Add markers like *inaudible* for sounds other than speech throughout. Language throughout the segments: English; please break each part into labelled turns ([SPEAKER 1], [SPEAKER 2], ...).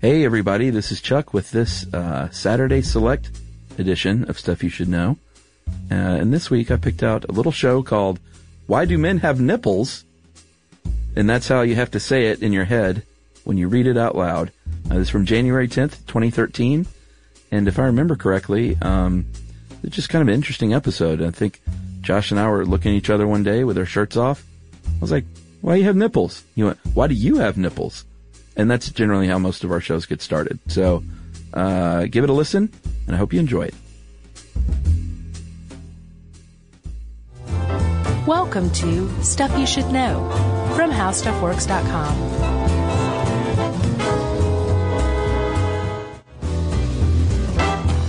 [SPEAKER 1] Hey, everybody, this is Chuck with this uh, Saturday Select edition of Stuff You Should Know. Uh, and this week I picked out a little show called Why Do Men Have Nipples? And that's how you have to say it in your head when you read it out loud. Uh, it's from January 10th, 2013. And if I remember correctly, um, it's just kind of an interesting episode. I think Josh and I were looking at each other one day with our shirts off. I was like, why do you have nipples? He went, why do you have nipples? And that's generally how most of our shows get started. So, uh, give it a listen and I hope you enjoy it.
[SPEAKER 2] Welcome to Stuff You Should Know from HowStuffWorks.com.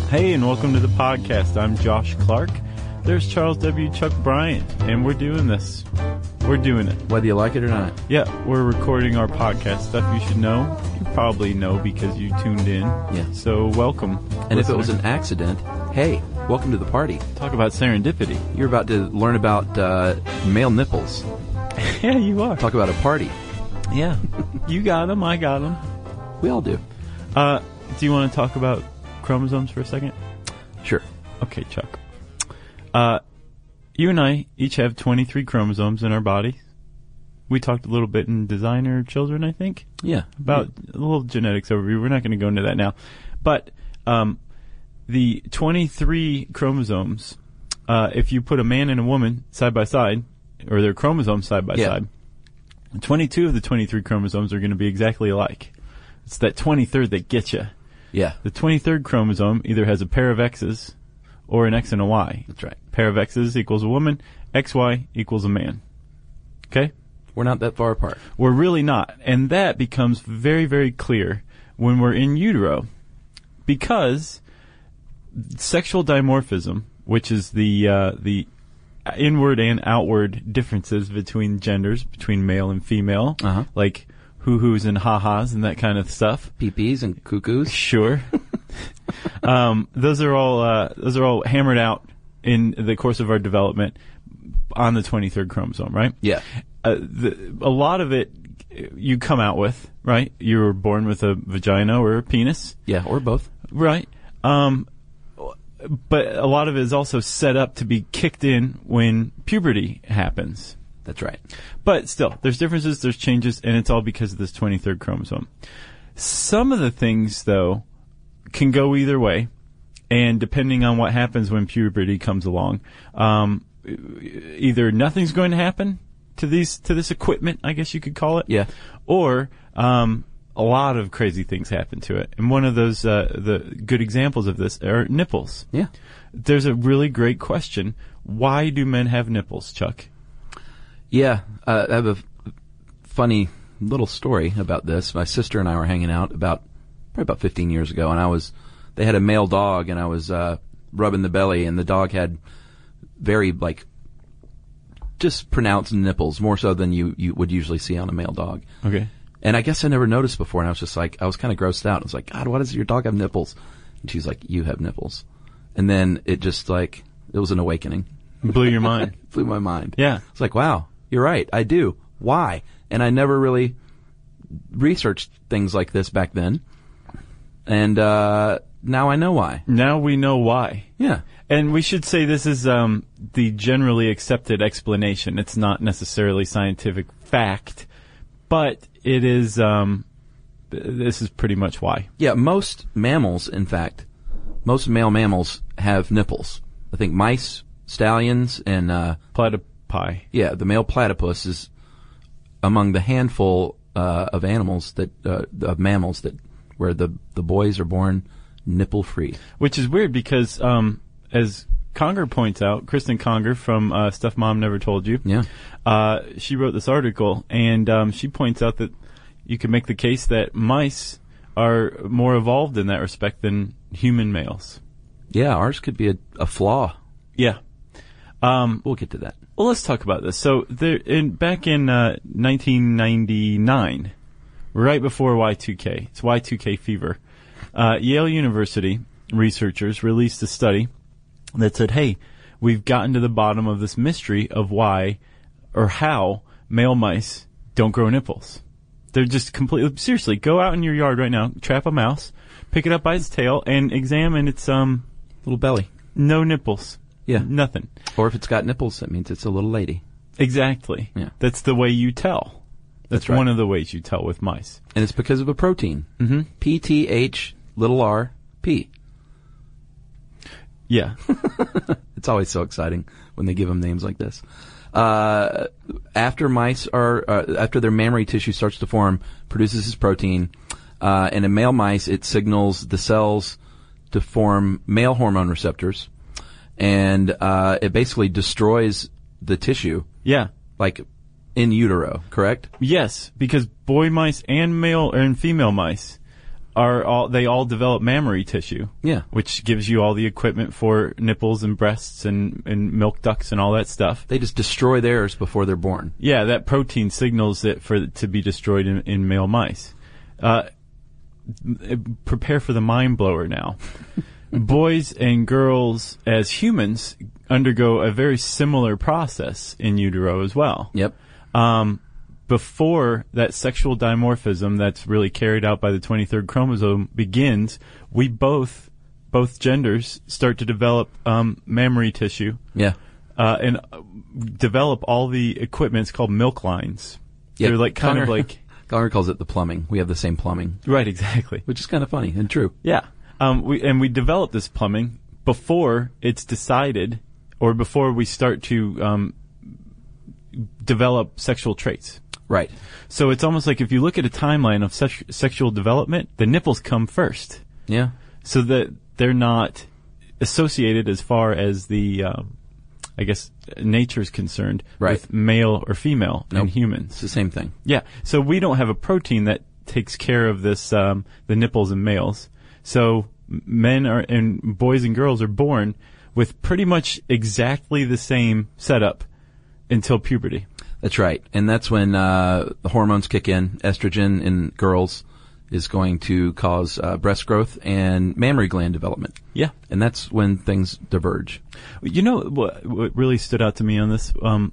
[SPEAKER 3] Hey, and welcome to the podcast. I'm Josh Clark. There's Charles W. Chuck Bryant, and we're doing this. We're doing it.
[SPEAKER 1] Whether you like it or not.
[SPEAKER 3] Yeah, we're recording our podcast. Stuff you should know. You probably know because you tuned in.
[SPEAKER 1] Yeah.
[SPEAKER 3] So welcome.
[SPEAKER 1] And if it was
[SPEAKER 3] listener.
[SPEAKER 1] an accident, hey, welcome to the party.
[SPEAKER 3] talk
[SPEAKER 1] *laughs*
[SPEAKER 3] about serendipity.
[SPEAKER 1] You're about to learn about uh, male nipples.
[SPEAKER 3] Yeah, you are.
[SPEAKER 1] Talk about a party.
[SPEAKER 3] Yeah. you got them. I got them.
[SPEAKER 1] We all do.
[SPEAKER 3] Uh, do you want to talk about chromosomes for a second?
[SPEAKER 1] Sure.
[SPEAKER 3] Okay, Chuck. Uh, you and I each have 23 chromosomes in our body. We talked a little bit in designer children, I think.
[SPEAKER 1] Yeah.
[SPEAKER 3] about a little genetics overview. We're not going to go into that now, but um, the 23 chromosomes. Uh, if you put a man and a woman side by side, or their chromosomes side by
[SPEAKER 1] Yeah.
[SPEAKER 3] side, 22 of the 23 chromosomes are going to be exactly alike. It's that 23rd that gets you.
[SPEAKER 1] Yeah.
[SPEAKER 3] The 23rd chromosome either has a pair of X's or an X and a Y.
[SPEAKER 1] That's right.
[SPEAKER 3] Pair of X's equals a woman. XY equals a man. Okay?
[SPEAKER 1] We're not that far apart.
[SPEAKER 3] We're really not. And that becomes very, very clear when we're in utero. Because sexual dimorphism, which is the, uh, the inward and outward differences between genders, between male and female,
[SPEAKER 1] Uh-huh.
[SPEAKER 3] like hoo hoos and ha ha's and that kind of stuff.
[SPEAKER 1] PPs and cuckoos. *laughs*
[SPEAKER 3] Sure. um, those are all uh, those are all hammered out in the course of our development on the 23rd chromosome, right?
[SPEAKER 1] Yeah.
[SPEAKER 3] Uh, the, a lot of it uh, you come out with, right? You were born with a vagina or a penis,
[SPEAKER 1] Yeah, or both.
[SPEAKER 3] right? Um, but a lot of it is also set up to be kicked in when puberty happens.
[SPEAKER 1] That's right.
[SPEAKER 3] But still, there's differences, there's changes, and it's all because of this 23rd chromosome. Some of the things, though, can go either way, and depending on what happens when puberty comes along, um, e- either nothing's going to happen to these to this equipment, I guess you could call it,
[SPEAKER 1] Yeah.
[SPEAKER 3] or um, a lot of crazy things happen to it. And one of those uh, the good examples of this are nipples.
[SPEAKER 1] Yeah.
[SPEAKER 3] There's a really great question: Why do men have nipples, Chuck?
[SPEAKER 1] Yeah, uh, I have a f- funny little story about this. My sister and I were hanging out about probably about 15 years ago, and I was they had a male dog, and I was uh, rubbing the belly, and the dog had very like just pronounced nipples, more so than you you would usually see on a male dog.
[SPEAKER 3] Okay.
[SPEAKER 1] And I guess I never noticed before, and I was just like, I was kind of grossed out. I was like, God, why does your dog have nipples? And she's like, You have nipples. And then it just like it was an awakening
[SPEAKER 3] Blew
[SPEAKER 1] *laughs*
[SPEAKER 3] your mind.
[SPEAKER 1] blew my mind.
[SPEAKER 3] Yeah.
[SPEAKER 1] It's like, wow, you're right. I do. Why? And I never really researched things like this back then. And, uh, now I know why.
[SPEAKER 3] Now we know why.
[SPEAKER 1] Yeah.
[SPEAKER 3] And we should say this is um, the generally accepted explanation. It's not necessarily scientific fact, but it is. Um, th- this is pretty much why.
[SPEAKER 1] Yeah. Most mammals, in fact, most male mammals have nipples. I think mice, stallions, and, uh,
[SPEAKER 3] Platypi.
[SPEAKER 1] yeah, the male platypus is among the handful, uh, of animals that, uh, of mammals that, where the, the boys are born nipple free.
[SPEAKER 3] Which is weird because, um, as Conger points out, Kristen Conger from uh, Stuff Mom Never Told You,
[SPEAKER 1] Yeah.
[SPEAKER 3] uh, she wrote this article, and um, she points out that you can make the case that mice are more evolved in that respect than human males.
[SPEAKER 1] Yeah. Ours could be a, a flaw.
[SPEAKER 3] Yeah. Um,
[SPEAKER 1] We'll get to that.
[SPEAKER 3] Well, let's talk about this. So, there, in, back in uh, 1999, right before Y2K, it's Y2K fever, uh, Yale University researchers released a study that said, hey, we've gotten to the bottom of this mystery of why or how male mice don't grow nipples. They're just completely seriously. Go out in your yard right now, trap a mouse, pick it up by its tail, and examine its um
[SPEAKER 1] Little belly.
[SPEAKER 3] no nipples.
[SPEAKER 1] Yeah.
[SPEAKER 3] nothing.
[SPEAKER 1] Mm. Or if it's got nipples, that means it's a little lady.
[SPEAKER 3] Exactly.
[SPEAKER 1] Yeah.
[SPEAKER 3] That's the way you tell. That's,
[SPEAKER 1] right.
[SPEAKER 3] one of the ways you tell with mice.
[SPEAKER 1] And it's because of a protein. Mm-hmm. PTH little r P. *laughs*
[SPEAKER 3] Yeah.
[SPEAKER 1] It's always so exciting when they give them names like this. Uh, after mice are, uh, after their mammary tissue starts to form, produces this protein, uh, and in male mice, it signals the cells to form male hormone receptors, and, uh, it basically destroys the tissue,
[SPEAKER 3] yeah.
[SPEAKER 1] like in utero, correct?
[SPEAKER 3] Yes, because boy mice and male and female mice are all they all develop mammary tissue.
[SPEAKER 1] Yeah.
[SPEAKER 3] Which gives you all the equipment for nipples and breasts and, and milk ducts and all that stuff.
[SPEAKER 1] They just destroy theirs before they're born.
[SPEAKER 3] Yeah, that protein signals it for it to be destroyed in, in male mice. Uh, m- prepare for the mind blower now. Boys and girls, as humans, undergo a very similar process in utero as well
[SPEAKER 1] Yep.
[SPEAKER 3] before that sexual dimorphism that's really carried out by the 23rd chromosome begins, we both, both genders start to develop um, mammary tissue
[SPEAKER 1] Yeah.
[SPEAKER 3] uh, and uh, develop all the equipment. It's called milk lines.
[SPEAKER 1] Yeah.
[SPEAKER 3] They're like kind of
[SPEAKER 1] Connor- *laughs*
[SPEAKER 3] like
[SPEAKER 1] Connor calls it the plumbing. We have the same plumbing,
[SPEAKER 3] right, exactly.
[SPEAKER 1] which is kind of funny and true.
[SPEAKER 3] Yeah. Um, we, and we develop this plumbing before it's decided or before we start to um, develop sexual traits.
[SPEAKER 1] Right.
[SPEAKER 3] So it's almost like if you look at a timeline of sex- sexual development, the nipples come first,
[SPEAKER 1] Yeah.
[SPEAKER 3] so that they're not associated as far as the, um, I guess, nature's concerned
[SPEAKER 1] Right.
[SPEAKER 3] with male or female in
[SPEAKER 1] Nope.
[SPEAKER 3] humans.
[SPEAKER 1] It's the same thing.
[SPEAKER 3] Yeah. So we don't have a protein that takes care of this, um, the nipples in males. So men are, and boys and girls are born with pretty much exactly the same setup until puberty.
[SPEAKER 1] That's right. And that's when uh, the hormones kick in. Estrogen in girls is going to cause uh, breast growth and mammary gland development.
[SPEAKER 3] Yeah.
[SPEAKER 1] And that's when things diverge.
[SPEAKER 3] You know what, what really stood out to me on this? Um,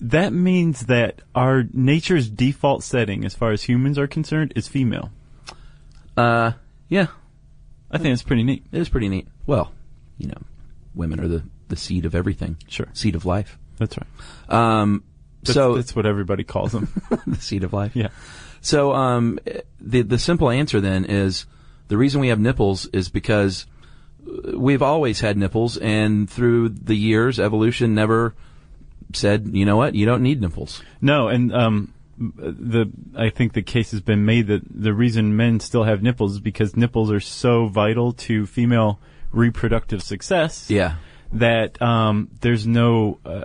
[SPEAKER 3] that means that our nature's default setting, as far as humans are concerned, is female.
[SPEAKER 1] Uh, yeah,
[SPEAKER 3] I think that's pretty neat.
[SPEAKER 1] it is pretty neat. Well, you know, women are the, the seed of everything.
[SPEAKER 3] Sure.
[SPEAKER 1] Seed of life.
[SPEAKER 3] That's right.
[SPEAKER 1] Um,
[SPEAKER 3] That's,
[SPEAKER 1] so
[SPEAKER 3] that's what everybody calls them.
[SPEAKER 1] *laughs*
[SPEAKER 3] *laughs*
[SPEAKER 1] the seed of life.
[SPEAKER 3] yeah.
[SPEAKER 1] So um, the the simple answer then is the reason we have nipples is because we've always had nipples, and through the years, evolution never said, you know what, you don't need nipples.
[SPEAKER 3] No, and um, the I think the case has been made that the reason men still have nipples is because nipples are so vital to female reproductive success.
[SPEAKER 1] Yeah.
[SPEAKER 3] That um, there's no uh,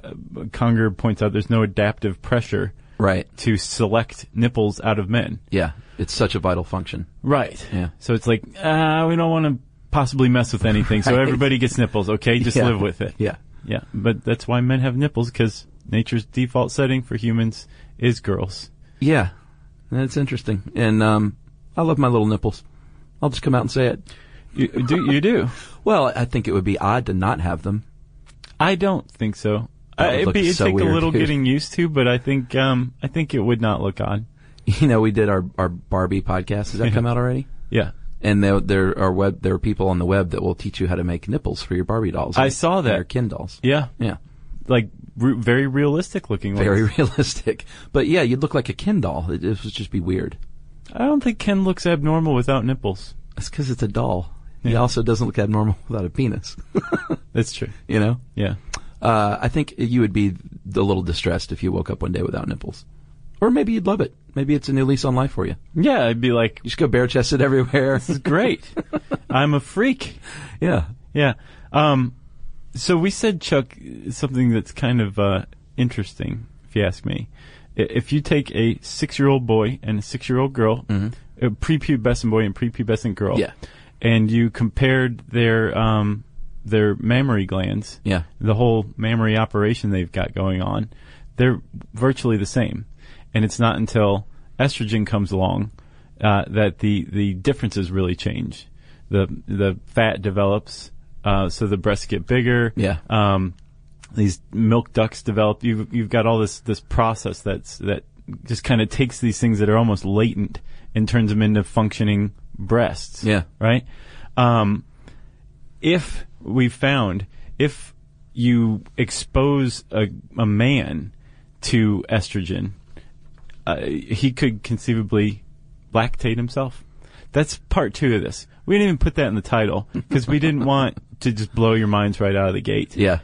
[SPEAKER 3] Conger points out there's no adaptive pressure
[SPEAKER 1] Right.
[SPEAKER 3] to select nipples out of men.
[SPEAKER 1] Yeah. It's such a vital function.
[SPEAKER 3] Right.
[SPEAKER 1] Yeah.
[SPEAKER 3] So it's like, ah, we don't want to possibly mess with anything, so
[SPEAKER 1] *laughs* Right.
[SPEAKER 3] everybody gets nipples, okay? Just
[SPEAKER 1] Yeah.
[SPEAKER 3] live with it.
[SPEAKER 1] Yeah.
[SPEAKER 3] Yeah. But that's why men have nipples, because nature's default setting for humans is girls.
[SPEAKER 1] Yeah. That's interesting, and um, I love my little nipples. I'll just come out and say it.
[SPEAKER 3] You do. You do.
[SPEAKER 1] Well, I think it would be odd to not have them. *laughs*
[SPEAKER 3] I don't think so.
[SPEAKER 1] That
[SPEAKER 3] I,
[SPEAKER 1] would
[SPEAKER 3] Uh, it'd
[SPEAKER 1] look
[SPEAKER 3] be, it'd
[SPEAKER 1] so
[SPEAKER 3] take
[SPEAKER 1] weird,
[SPEAKER 3] a little
[SPEAKER 1] dude.
[SPEAKER 3] getting used to, but I think um, I think it would not look odd.
[SPEAKER 1] You know, we did our, our Barbie podcast. Has *laughs* that come out already?
[SPEAKER 3] Yeah.
[SPEAKER 1] And there, there are web, there are people on the web that will teach you how to make nipples for your Barbie dolls.
[SPEAKER 3] I saw that.
[SPEAKER 1] They're Ken dolls.
[SPEAKER 3] Yeah.
[SPEAKER 1] Yeah.
[SPEAKER 3] Like re- very realistic looking ones.
[SPEAKER 1] Very *laughs* realistic. But yeah, you'd look like a Ken doll. It, it would just be weird.
[SPEAKER 3] I don't think Ken looks abnormal without nipples.
[SPEAKER 1] That's because it's a doll. It
[SPEAKER 3] Yeah.
[SPEAKER 1] also doesn't look abnormal without a penis. *laughs*
[SPEAKER 3] That's true.
[SPEAKER 1] you know?
[SPEAKER 3] Yeah.
[SPEAKER 1] Uh, I think you would be a little distressed if you woke up one day without nipples. Or maybe you'd love it. Maybe it's a new lease on life for you.
[SPEAKER 3] Yeah. I'd be like,
[SPEAKER 1] You just go bare chested *laughs*
[SPEAKER 3] *laughs*
[SPEAKER 1] everywhere.
[SPEAKER 3] this is great.
[SPEAKER 1] *laughs*
[SPEAKER 3] I'm a freak.
[SPEAKER 1] yeah.
[SPEAKER 3] Yeah. Um, so we said, Chuck, something that's kind of uh, interesting, if you ask me. I- If you take a six-year-old boy and a six-year-old girl, a prepubescent boy and prepubescent girl,
[SPEAKER 1] Mm-hmm. Yeah.
[SPEAKER 3] and you compared their um, their mammary glands,
[SPEAKER 1] Yeah.
[SPEAKER 3] the whole mammary operation they've got going on, they're virtually the same. And it's not until estrogen comes along uh, that the, the differences really change. The the fat develops, uh, so the breasts get bigger.
[SPEAKER 1] Yeah.
[SPEAKER 3] Um, these milk ducts develop. You've you've got all this this process that's that just kind of takes these things that are almost latent and turns them into functioning breasts.
[SPEAKER 1] Yeah.
[SPEAKER 3] Right? Um, if we found, if you expose a, a man to estrogen, uh, he could conceivably lactate himself. That's part two of this. We didn't even put that in the title because we didn't want to just blow your minds right out of the gate.
[SPEAKER 1] Yeah.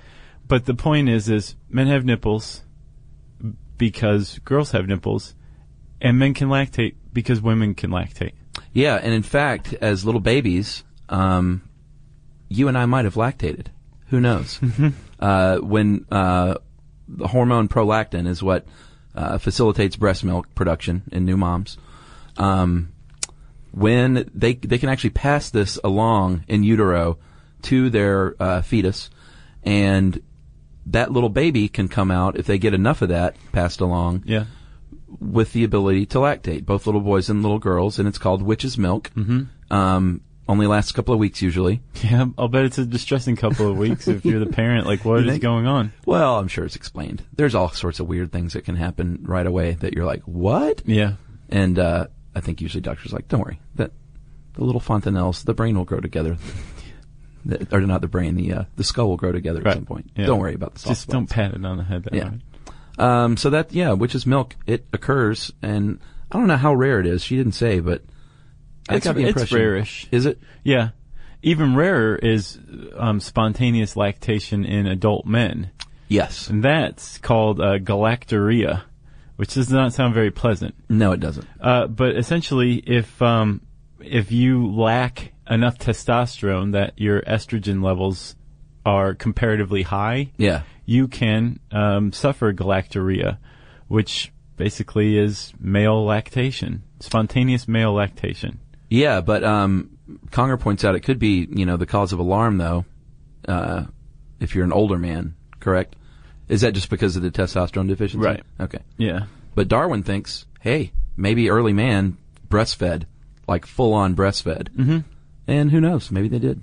[SPEAKER 3] But the point is, is men have nipples because girls have nipples, and men can lactate because women can lactate.
[SPEAKER 1] Yeah. And in fact, as little babies, um, you and I might have lactated. Who knows? uh, when uh, the hormone prolactin is what uh, facilitates breast milk production in new moms. Um, when they they can actually pass this along in utero to their uh, fetus, and that little baby can come out if they get enough of that passed along.
[SPEAKER 3] Yeah.
[SPEAKER 1] with the ability to lactate, both little boys and little girls, and it's called witch's milk. Mm-hmm. Um, only lasts a couple of weeks usually.
[SPEAKER 3] Yeah, I'll bet it's a distressing couple of weeks if you're the parent. Like, what is
[SPEAKER 1] think?
[SPEAKER 3] going on?
[SPEAKER 1] Well, I'm sure it's explained. There's all sorts of weird things that can happen right away that you're like, what?
[SPEAKER 3] Yeah.
[SPEAKER 1] And uh, I think usually doctors are like, don't worry, that the little fontanelles, the brain will grow together. *laughs* The- or not the brain, the uh, the skull will grow together
[SPEAKER 3] Right.
[SPEAKER 1] at some point.
[SPEAKER 3] Yeah.
[SPEAKER 1] Don't worry about the soft
[SPEAKER 3] Just don't pat it on the head. That
[SPEAKER 1] Yeah.
[SPEAKER 3] way.
[SPEAKER 1] Um, so that yeah, witch's milk it occurs, and I don't know how rare it is. She didn't say, but I
[SPEAKER 3] It's-
[SPEAKER 1] got the
[SPEAKER 3] it's
[SPEAKER 1] impression
[SPEAKER 3] rare-ish.
[SPEAKER 1] Is it?
[SPEAKER 3] Yeah. Even rarer is um, spontaneous lactation in adult men.
[SPEAKER 1] Yes.
[SPEAKER 3] And that's called uh, galactorrhea, which does not sound very pleasant.
[SPEAKER 1] No, it doesn't.
[SPEAKER 3] Uh, but essentially, if um, if you lack enough testosterone that your estrogen levels are comparatively high,
[SPEAKER 1] Yeah.
[SPEAKER 3] you can um, suffer galactorrhea, which basically is male lactation, spontaneous male lactation.
[SPEAKER 1] Yeah, but um, Conger points out it could be you know the cause of alarm though, uh, if you're an older man, correct? Is that just because of the testosterone deficiency?
[SPEAKER 3] Right.
[SPEAKER 1] Okay.
[SPEAKER 3] Yeah,
[SPEAKER 1] But Darwin thinks, hey, maybe early man breastfed, like full on breastfed, mm-hmm. and who knows? Maybe they did.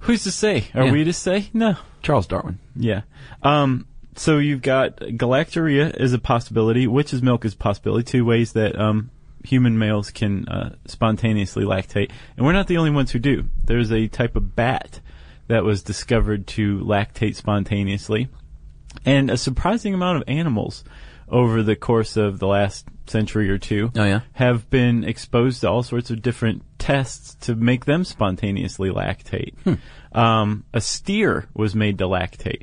[SPEAKER 3] who's to say? Are
[SPEAKER 1] Yeah.
[SPEAKER 3] we to say? No.
[SPEAKER 1] Charles Darwin.
[SPEAKER 3] Yeah. Um, so you've got galactorrhea is a possibility. Witch's milk is a possibility. Two ways that um, human males can uh, spontaneously lactate, and we're not the only ones who do. There's a type of bat that was discovered to lactate spontaneously, and a surprising amount of animals over the course of the last century or two
[SPEAKER 1] Oh, yeah?
[SPEAKER 3] have been exposed to all sorts of different tests to make them spontaneously lactate. Um, a steer was made to lactate.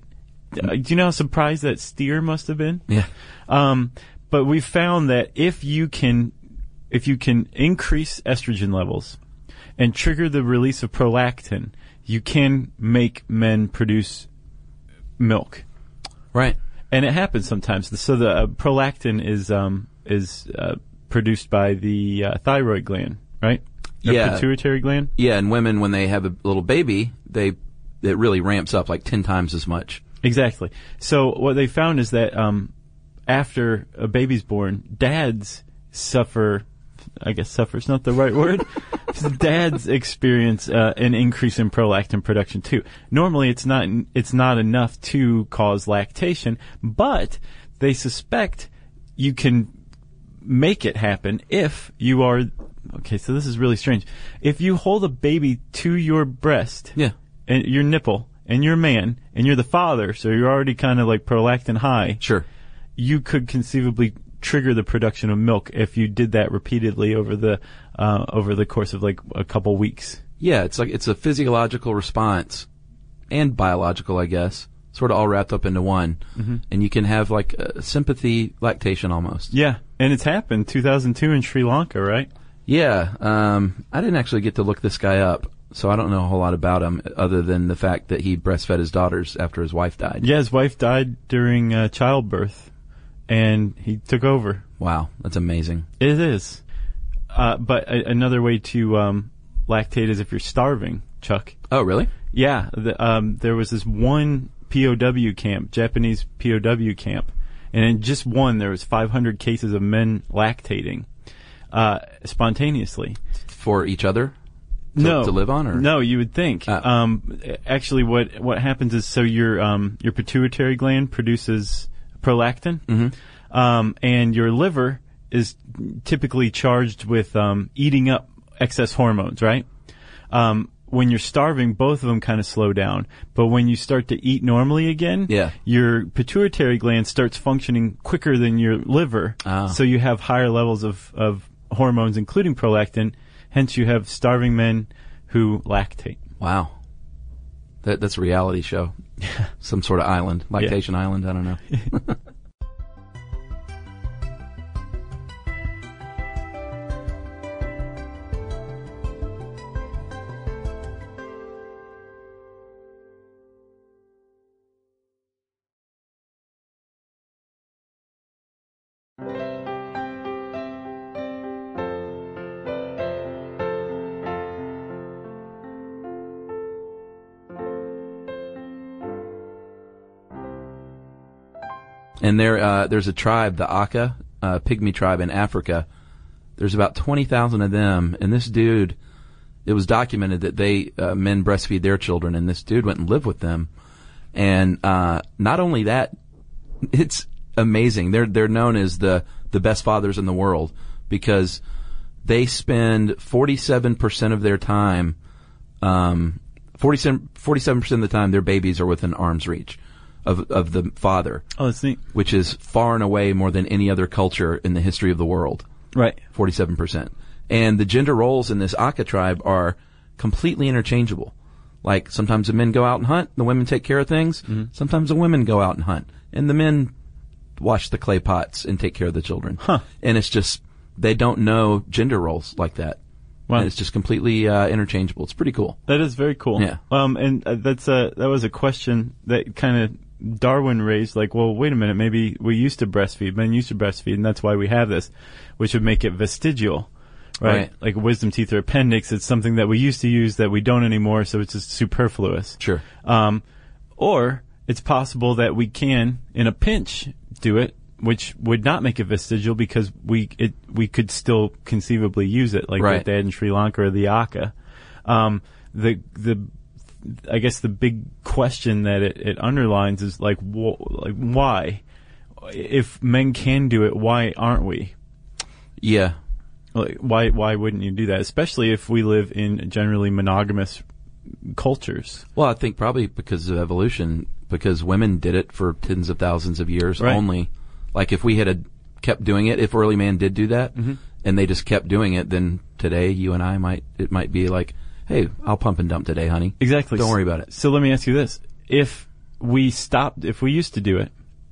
[SPEAKER 3] Uh, Do you know how surprised that steer must have been?
[SPEAKER 1] Yeah.
[SPEAKER 3] Um, but we found that if you can, if you can increase estrogen levels and trigger the release of prolactin, you can make men produce milk
[SPEAKER 1] Right.
[SPEAKER 3] and it happens sometimes. So the uh, prolactin is um, is uh, produced by the uh, thyroid gland, right? Or
[SPEAKER 1] Yeah.
[SPEAKER 3] pituitary gland.
[SPEAKER 1] Yeah, and women when they have a little baby, they it really ramps up like ten times as much.
[SPEAKER 3] Exactly. So what they found is that um, after a baby's born, dads suffer. I guess suffer's not the right word. *laughs* dads experience uh, an increase in prolactin production too. Normally, it's not it's not enough to cause lactation, but they suspect you can make it happen if you are. Okay, so this is really strange. If you hold a baby to your breast,
[SPEAKER 1] Yeah.
[SPEAKER 3] and your nipple and you're a man and you're the father, so you're already kind of like prolactin high.
[SPEAKER 1] Sure.
[SPEAKER 3] You could conceivably trigger the production of milk if you did that repeatedly over the uh, over the course of like a couple weeks.
[SPEAKER 1] Yeah, it's like it's a physiological response and biological, I guess, sort of all wrapped up into one. Mm-hmm. And you can have like uh, sympathy lactation almost.
[SPEAKER 3] Yeah, and it's happened 2002 in Sri Lanka, right?
[SPEAKER 1] Yeah, um, I didn't actually get to look this guy up, so I don't know a whole lot about him other than the fact that he breastfed his daughters after his wife died.
[SPEAKER 3] Yeah, his wife died during uh, childbirth, and he took over.
[SPEAKER 1] Wow, that's amazing.
[SPEAKER 3] It is, uh, but a- another way to um, lactate is if you're starving, Chuck.
[SPEAKER 1] Oh, really?
[SPEAKER 3] Yeah, the, um, there was this one POW camp, Japanese POW camp, and in just one there was 500 cases of men lactating uh, spontaneously.
[SPEAKER 1] For each other?
[SPEAKER 3] no,
[SPEAKER 1] to live on, or-
[SPEAKER 3] no, you would think.
[SPEAKER 1] Oh.
[SPEAKER 3] Um, actually, what what happens is so your um, your pituitary gland produces prolactin.
[SPEAKER 1] Mm-hmm.
[SPEAKER 3] um, and your liver is typically charged with um, eating up excess hormones, right? Um, when you're starving, both of them kind of slow down. But when you start to eat normally again,
[SPEAKER 1] Yeah.
[SPEAKER 3] your pituitary gland starts functioning quicker than your liver.
[SPEAKER 1] Ah.
[SPEAKER 3] So you have higher levels of, of hormones, including prolactin. Hence, you have starving men who lactate.
[SPEAKER 1] Wow. That, that's a reality show. Some sort of island, lactation island, I don't know. And there, uh, there's a tribe, the Aka, uh, pygmy tribe in Africa. There's about 20,000 of them. And this dude, it was documented that they, uh, men breastfeed their children and this dude went and lived with them. And, uh, not only that, it's amazing. They're, they're known as the, the best fathers in the world because they spend 47% of their time, um, 47, 47% of the time their babies are within arm's reach of, of the father
[SPEAKER 3] Oh, that's neat.
[SPEAKER 1] which is far and away more than any other culture in the history of the world.
[SPEAKER 3] Right.
[SPEAKER 1] 47%. And the gender roles in this Aka tribe are completely interchangeable. Like sometimes the men go out and hunt, the women take care of things.
[SPEAKER 3] Mm-hmm.
[SPEAKER 1] Sometimes the women go out and hunt, and the men wash the clay pots and take care of the children.
[SPEAKER 3] Huh.
[SPEAKER 1] And it's just, they don't know gender roles like that.
[SPEAKER 3] Wow.
[SPEAKER 1] And it's just completely uh, interchangeable. It's pretty cool.
[SPEAKER 3] That is very cool.
[SPEAKER 1] Yeah.
[SPEAKER 3] Um, and uh, that's a that was a question that kind of Darwin raised. Like, well, wait a minute. Maybe we used to breastfeed. Men used to breastfeed, and that's why we have this, which would make it vestigial, right?
[SPEAKER 1] Right.
[SPEAKER 3] Like wisdom teeth or appendix. It's something that we used to use that we don't anymore, so it's just superfluous.
[SPEAKER 1] Sure.
[SPEAKER 3] Um, or it's possible that we can, in a pinch, do it, which would not make it vestigial because we it we could still conceivably use it, like
[SPEAKER 1] Right.
[SPEAKER 3] what they had in Sri Lanka or the Aka. Um, the the I guess the big question that it, it underlines is like wh- like why, if men can do it, why aren't we?
[SPEAKER 1] Yeah.
[SPEAKER 3] Like, why why wouldn't you do that? Especially if we live in generally monogamous cultures.
[SPEAKER 1] Well, I think probably because of evolution, because women did it for tens of thousands of years
[SPEAKER 3] Right.
[SPEAKER 1] only. Like if we had a, kept doing it, if early man did do that,
[SPEAKER 3] Mm-hmm.
[SPEAKER 1] and they just kept doing it, then today you and I might it might be like, hey, I'll pump and dump today, honey.
[SPEAKER 3] Exactly.
[SPEAKER 1] Don't worry about it.
[SPEAKER 3] So let me ask you this: If we stopped, if we used to do it,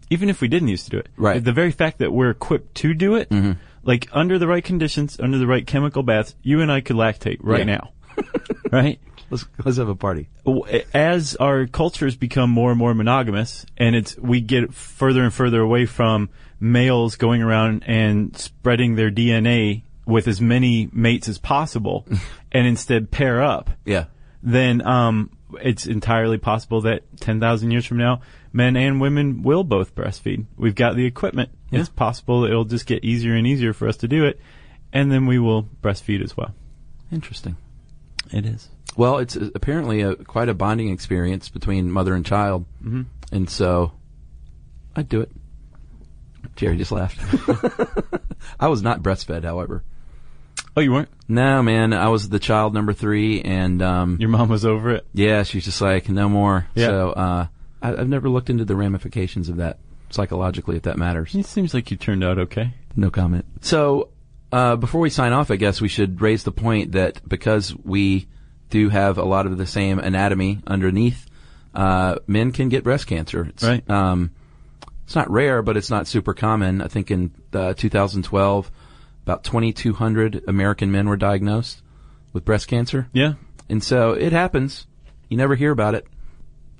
[SPEAKER 3] even if we didn't used to do it,
[SPEAKER 1] Right. Mm-hmm.
[SPEAKER 3] The very fact that we're equipped to do it, like under the right conditions, under the right chemical baths, you and I could lactate right
[SPEAKER 1] Yeah.
[SPEAKER 3] now, *laughs* right?
[SPEAKER 1] Let's let's have a party.
[SPEAKER 3] W- As our cultures become more and more monogamous, and it's we get further and further away from males going around and spreading their DNA with as many mates
[SPEAKER 1] *laughs*
[SPEAKER 3] as possible, and instead pair up
[SPEAKER 1] Yeah.
[SPEAKER 3] then um, it's entirely possible that 10,000 years from now, men and women will both breastfeed. We've got the equipment. It's
[SPEAKER 1] Yeah.
[SPEAKER 3] possible it'll just get easier and easier for us to do it, and then we will breastfeed as well.
[SPEAKER 1] Interesting.
[SPEAKER 3] It is.
[SPEAKER 1] Well, it's uh, apparently a quite a bonding experience between mother and child, mm-hmm. and so I'd do it. Jerry just
[SPEAKER 3] *laughs*
[SPEAKER 1] laughed. *laughs* I was not breastfed, however.
[SPEAKER 3] Oh, you weren't?
[SPEAKER 1] No, man, I was the child number three, and um,
[SPEAKER 3] Your mom was over it.
[SPEAKER 1] yeah, she's just like no more.
[SPEAKER 3] Yeah.
[SPEAKER 1] So uh, I, I've never looked into the ramifications of that psychologically, if that matters.
[SPEAKER 3] It seems like you turned out okay.
[SPEAKER 1] No comment. So uh, before we sign off, I guess we should raise the point that because we do have a lot of the same anatomy underneath, uh, men can get breast cancer. It's,
[SPEAKER 3] Right.
[SPEAKER 1] Um, it's not rare, but it's not super common. I think in uh, 2012, about 2,200 American men were diagnosed with breast cancer.
[SPEAKER 3] Yeah.
[SPEAKER 1] And so it happens. You never hear about it.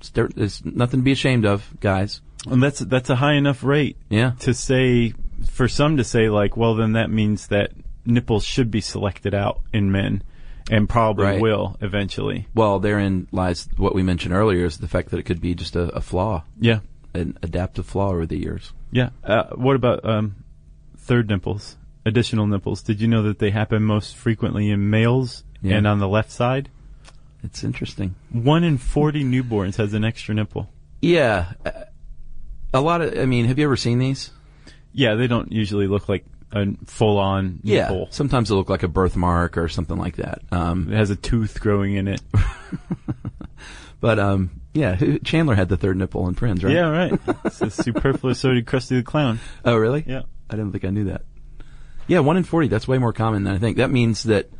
[SPEAKER 1] It's, there- it's nothing to be ashamed of, guys.
[SPEAKER 3] And that's, that's a high enough rate
[SPEAKER 1] Yeah.
[SPEAKER 3] to say, for some to say, like, well, then that means that nipples should be selected out in men and probably
[SPEAKER 1] Right.
[SPEAKER 3] will eventually.
[SPEAKER 1] Well, therein lies what we mentioned earlier is the fact that it could be just a, a flaw,
[SPEAKER 3] Yeah.
[SPEAKER 1] an adaptive flaw over the years.
[SPEAKER 3] Yeah. Uh, what about um, third nipples? Additional nipples. Did you know that they happen most frequently in males
[SPEAKER 1] Yeah.
[SPEAKER 3] and on the left side?
[SPEAKER 1] It's interesting.
[SPEAKER 3] One in 40 newborns has an extra nipple.
[SPEAKER 1] Yeah. uh, A lot of, I mean, have you ever seen these?
[SPEAKER 3] Yeah, they don't usually look like a full on
[SPEAKER 1] Yeah.
[SPEAKER 3] nipple.
[SPEAKER 1] Sometimes it'll look like a birthmark or something like that. Um,
[SPEAKER 3] It has a tooth growing in it.
[SPEAKER 1] but um, yeah, who- Chandler had the third nipple in Friends, right?
[SPEAKER 3] Yeah, right. It's a superfluous sodium crusty the clown.
[SPEAKER 1] Oh, really?
[SPEAKER 3] Yeah.
[SPEAKER 1] I didn't think I knew that. Yeah, one in forty. That's way more common than I think. That means that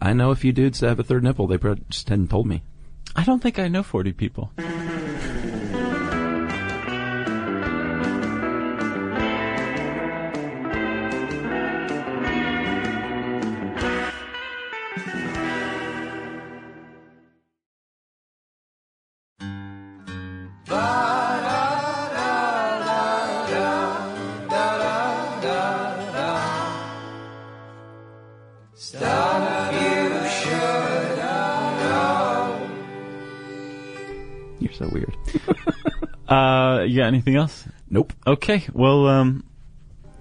[SPEAKER 1] I know a few dudes that have a third nipple. They prob- just hadn't told me.
[SPEAKER 3] I don't think I know 40 people.
[SPEAKER 1] You're so weird.
[SPEAKER 3] Uh, you got anything else?
[SPEAKER 1] Nope.
[SPEAKER 3] Okay. Well, um,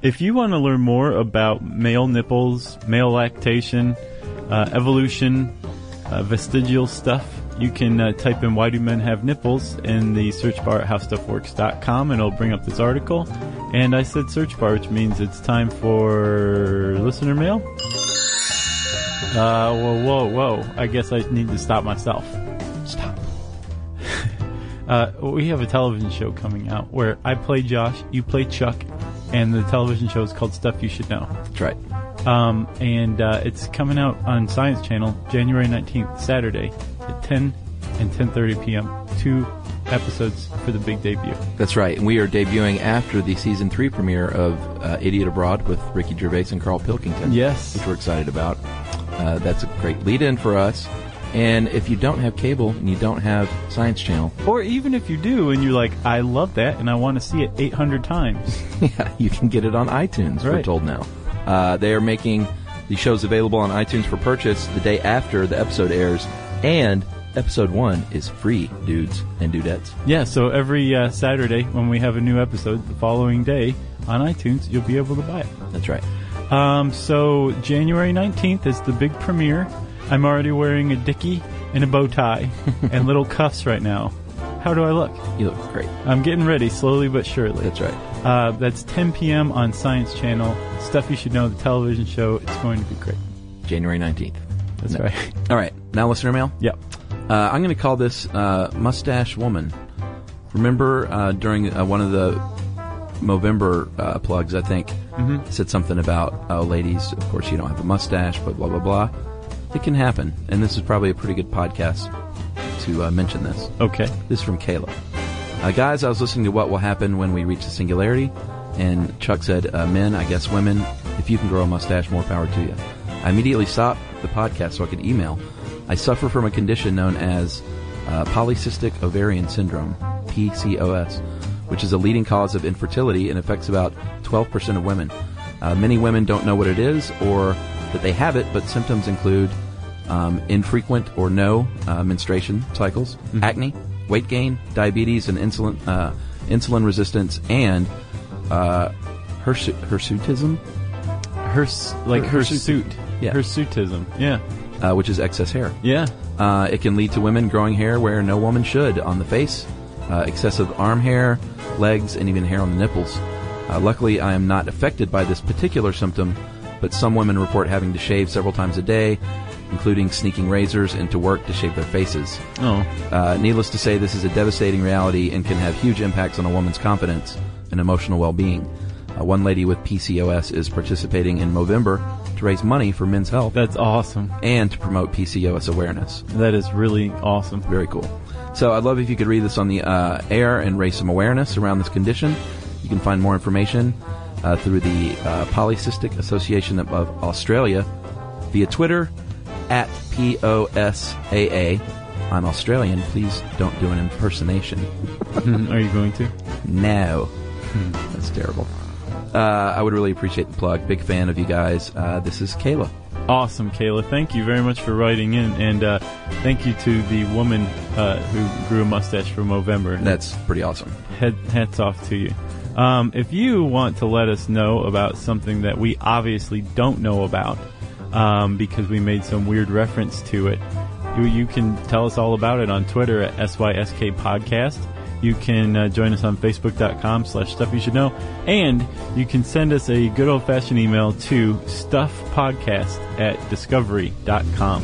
[SPEAKER 3] if you want to learn more about male nipples, male lactation, uh, evolution, uh, vestigial stuff, you can uh, type in "Why do men have nipples?" in the search bar at HowStuffWorks.com, and it'll bring up this article. And I said search bar, which means it's time for listener mail. Uh, whoa, whoa, whoa! I guess I need to stop myself.
[SPEAKER 1] Stop.
[SPEAKER 3] Uh, we have a television show coming out where I play Josh, you play Chuck, and the television show is called Stuff You Should Know.
[SPEAKER 1] That's right.
[SPEAKER 3] Um, and uh, it's coming out on Science Channel January 19th, Saturday, at 10 and 10.30 p.m. Two episodes for the big debut.
[SPEAKER 1] That's right. And we are debuting after the season three premiere of uh, Idiot Abroad with Ricky Gervais and Carl Pilkington.
[SPEAKER 3] Yes.
[SPEAKER 1] Which we're excited about. Uh, that's a great lead in for us. And if you don't have cable and you don't have Science Channel, *laughs*
[SPEAKER 3] Or even if you do and you're like, I love that and I want to see it 800 times.
[SPEAKER 1] yeah, you can get it on iTunes, we're
[SPEAKER 3] Right.
[SPEAKER 1] told now. Uh, they are making the shows available on iTunes for purchase the day after the episode airs. And episode one is free, dudes and dudettes.
[SPEAKER 3] yeah, so every uh, Saturday when we have a new episode, the following day on iTunes, you'll be able to buy it.
[SPEAKER 1] That's right.
[SPEAKER 3] Um, so January 19th is the big premiere. I'm already wearing a dickie and a bow *laughs* tie and little cuffs right now. How do I look?
[SPEAKER 1] You look great.
[SPEAKER 3] I'm getting ready slowly but surely.
[SPEAKER 1] That's right.
[SPEAKER 3] Uh, that's 10 p.m. on Science Channel. Stuff you should know, the television show. It's going to be great.
[SPEAKER 1] January 19th.
[SPEAKER 3] That's
[SPEAKER 1] No.
[SPEAKER 3] *laughs* right.
[SPEAKER 1] All right. Now, listener mail.
[SPEAKER 3] Yep.
[SPEAKER 1] Uh, I'm going to call this uh, Mustache Woman. Remember uh, during uh, one of the Movember uh, plugs, I think, said something about, oh, ladies, of course you don't have a mustache, but blah, blah, blah. It can happen. And this is probably a pretty good podcast to uh, mention this.
[SPEAKER 3] Okay.
[SPEAKER 1] This is from Kayla. Uh, guys, I was listening to What Will Happen When We Reach the Singularity, and Chuck said, uh, Men, I guess women, if you can grow a mustache, more power to you. I immediately stopped the podcast so I could email. I suffer from a condition known as uh, polycystic ovarian syndrome, PCOS, which is a leading cause of infertility and affects about 12% of women. Uh, many women don't know what it is or that they have it, but symptoms include um, infrequent or no uh, menstruation cycles, acne, weight gain, diabetes, and insulin uh, insulin resistance, and uh, hirsu- hirsutism,
[SPEAKER 3] Her, s- like her,
[SPEAKER 1] Hirsute.
[SPEAKER 3] suit.
[SPEAKER 1] Yeah.
[SPEAKER 3] Hirsutism. Yeah.
[SPEAKER 1] uh, which is excess hair.
[SPEAKER 3] Yeah.
[SPEAKER 1] Uh, it can lead to women growing hair where no woman should on the face, uh, excessive arm hair, legs, and even hair on the nipples. Uh, luckily, I am not affected by this particular symptom, but some women report having to shave several times a day, including sneaking razors into work to shave their faces.
[SPEAKER 3] Oh.
[SPEAKER 1] Uh, needless to say, this is a devastating reality and can have huge impacts on a woman's confidence and emotional well-being. Uh, one lady with PCOS is participating in Movember to raise money for men's health
[SPEAKER 3] That's awesome.
[SPEAKER 1] and to promote PCOS awareness.
[SPEAKER 3] That is really awesome.
[SPEAKER 1] Very cool. So I'd love if you could read this on the uh, air and raise some awareness around this condition. You can find more information uh, through the uh, Polycystic Association of, of Australia via Twitter at POSAA. I'm Australian. Please don't do an impersonation.
[SPEAKER 3] Are you going to?
[SPEAKER 1] No. *laughs* That's terrible. Uh, I would really appreciate the plug. Big fan of you guys. Uh, this is Kayla.
[SPEAKER 3] Awesome, Kayla. Thank you very much for writing in, and uh, thank you to the woman uh, who grew a mustache for Movember.
[SPEAKER 1] That's pretty awesome.
[SPEAKER 3] Head, hats off to you. Um, if you want to let us know about something that we obviously don't know about um, because we made some weird reference to it, you, you can tell us all about it on Twitter at SYSK Podcast. You can uh, join us on Facebook.com slash Stuff You Should Know. And you can send us a good old-fashioned email to stuffpodcast at discovery.com.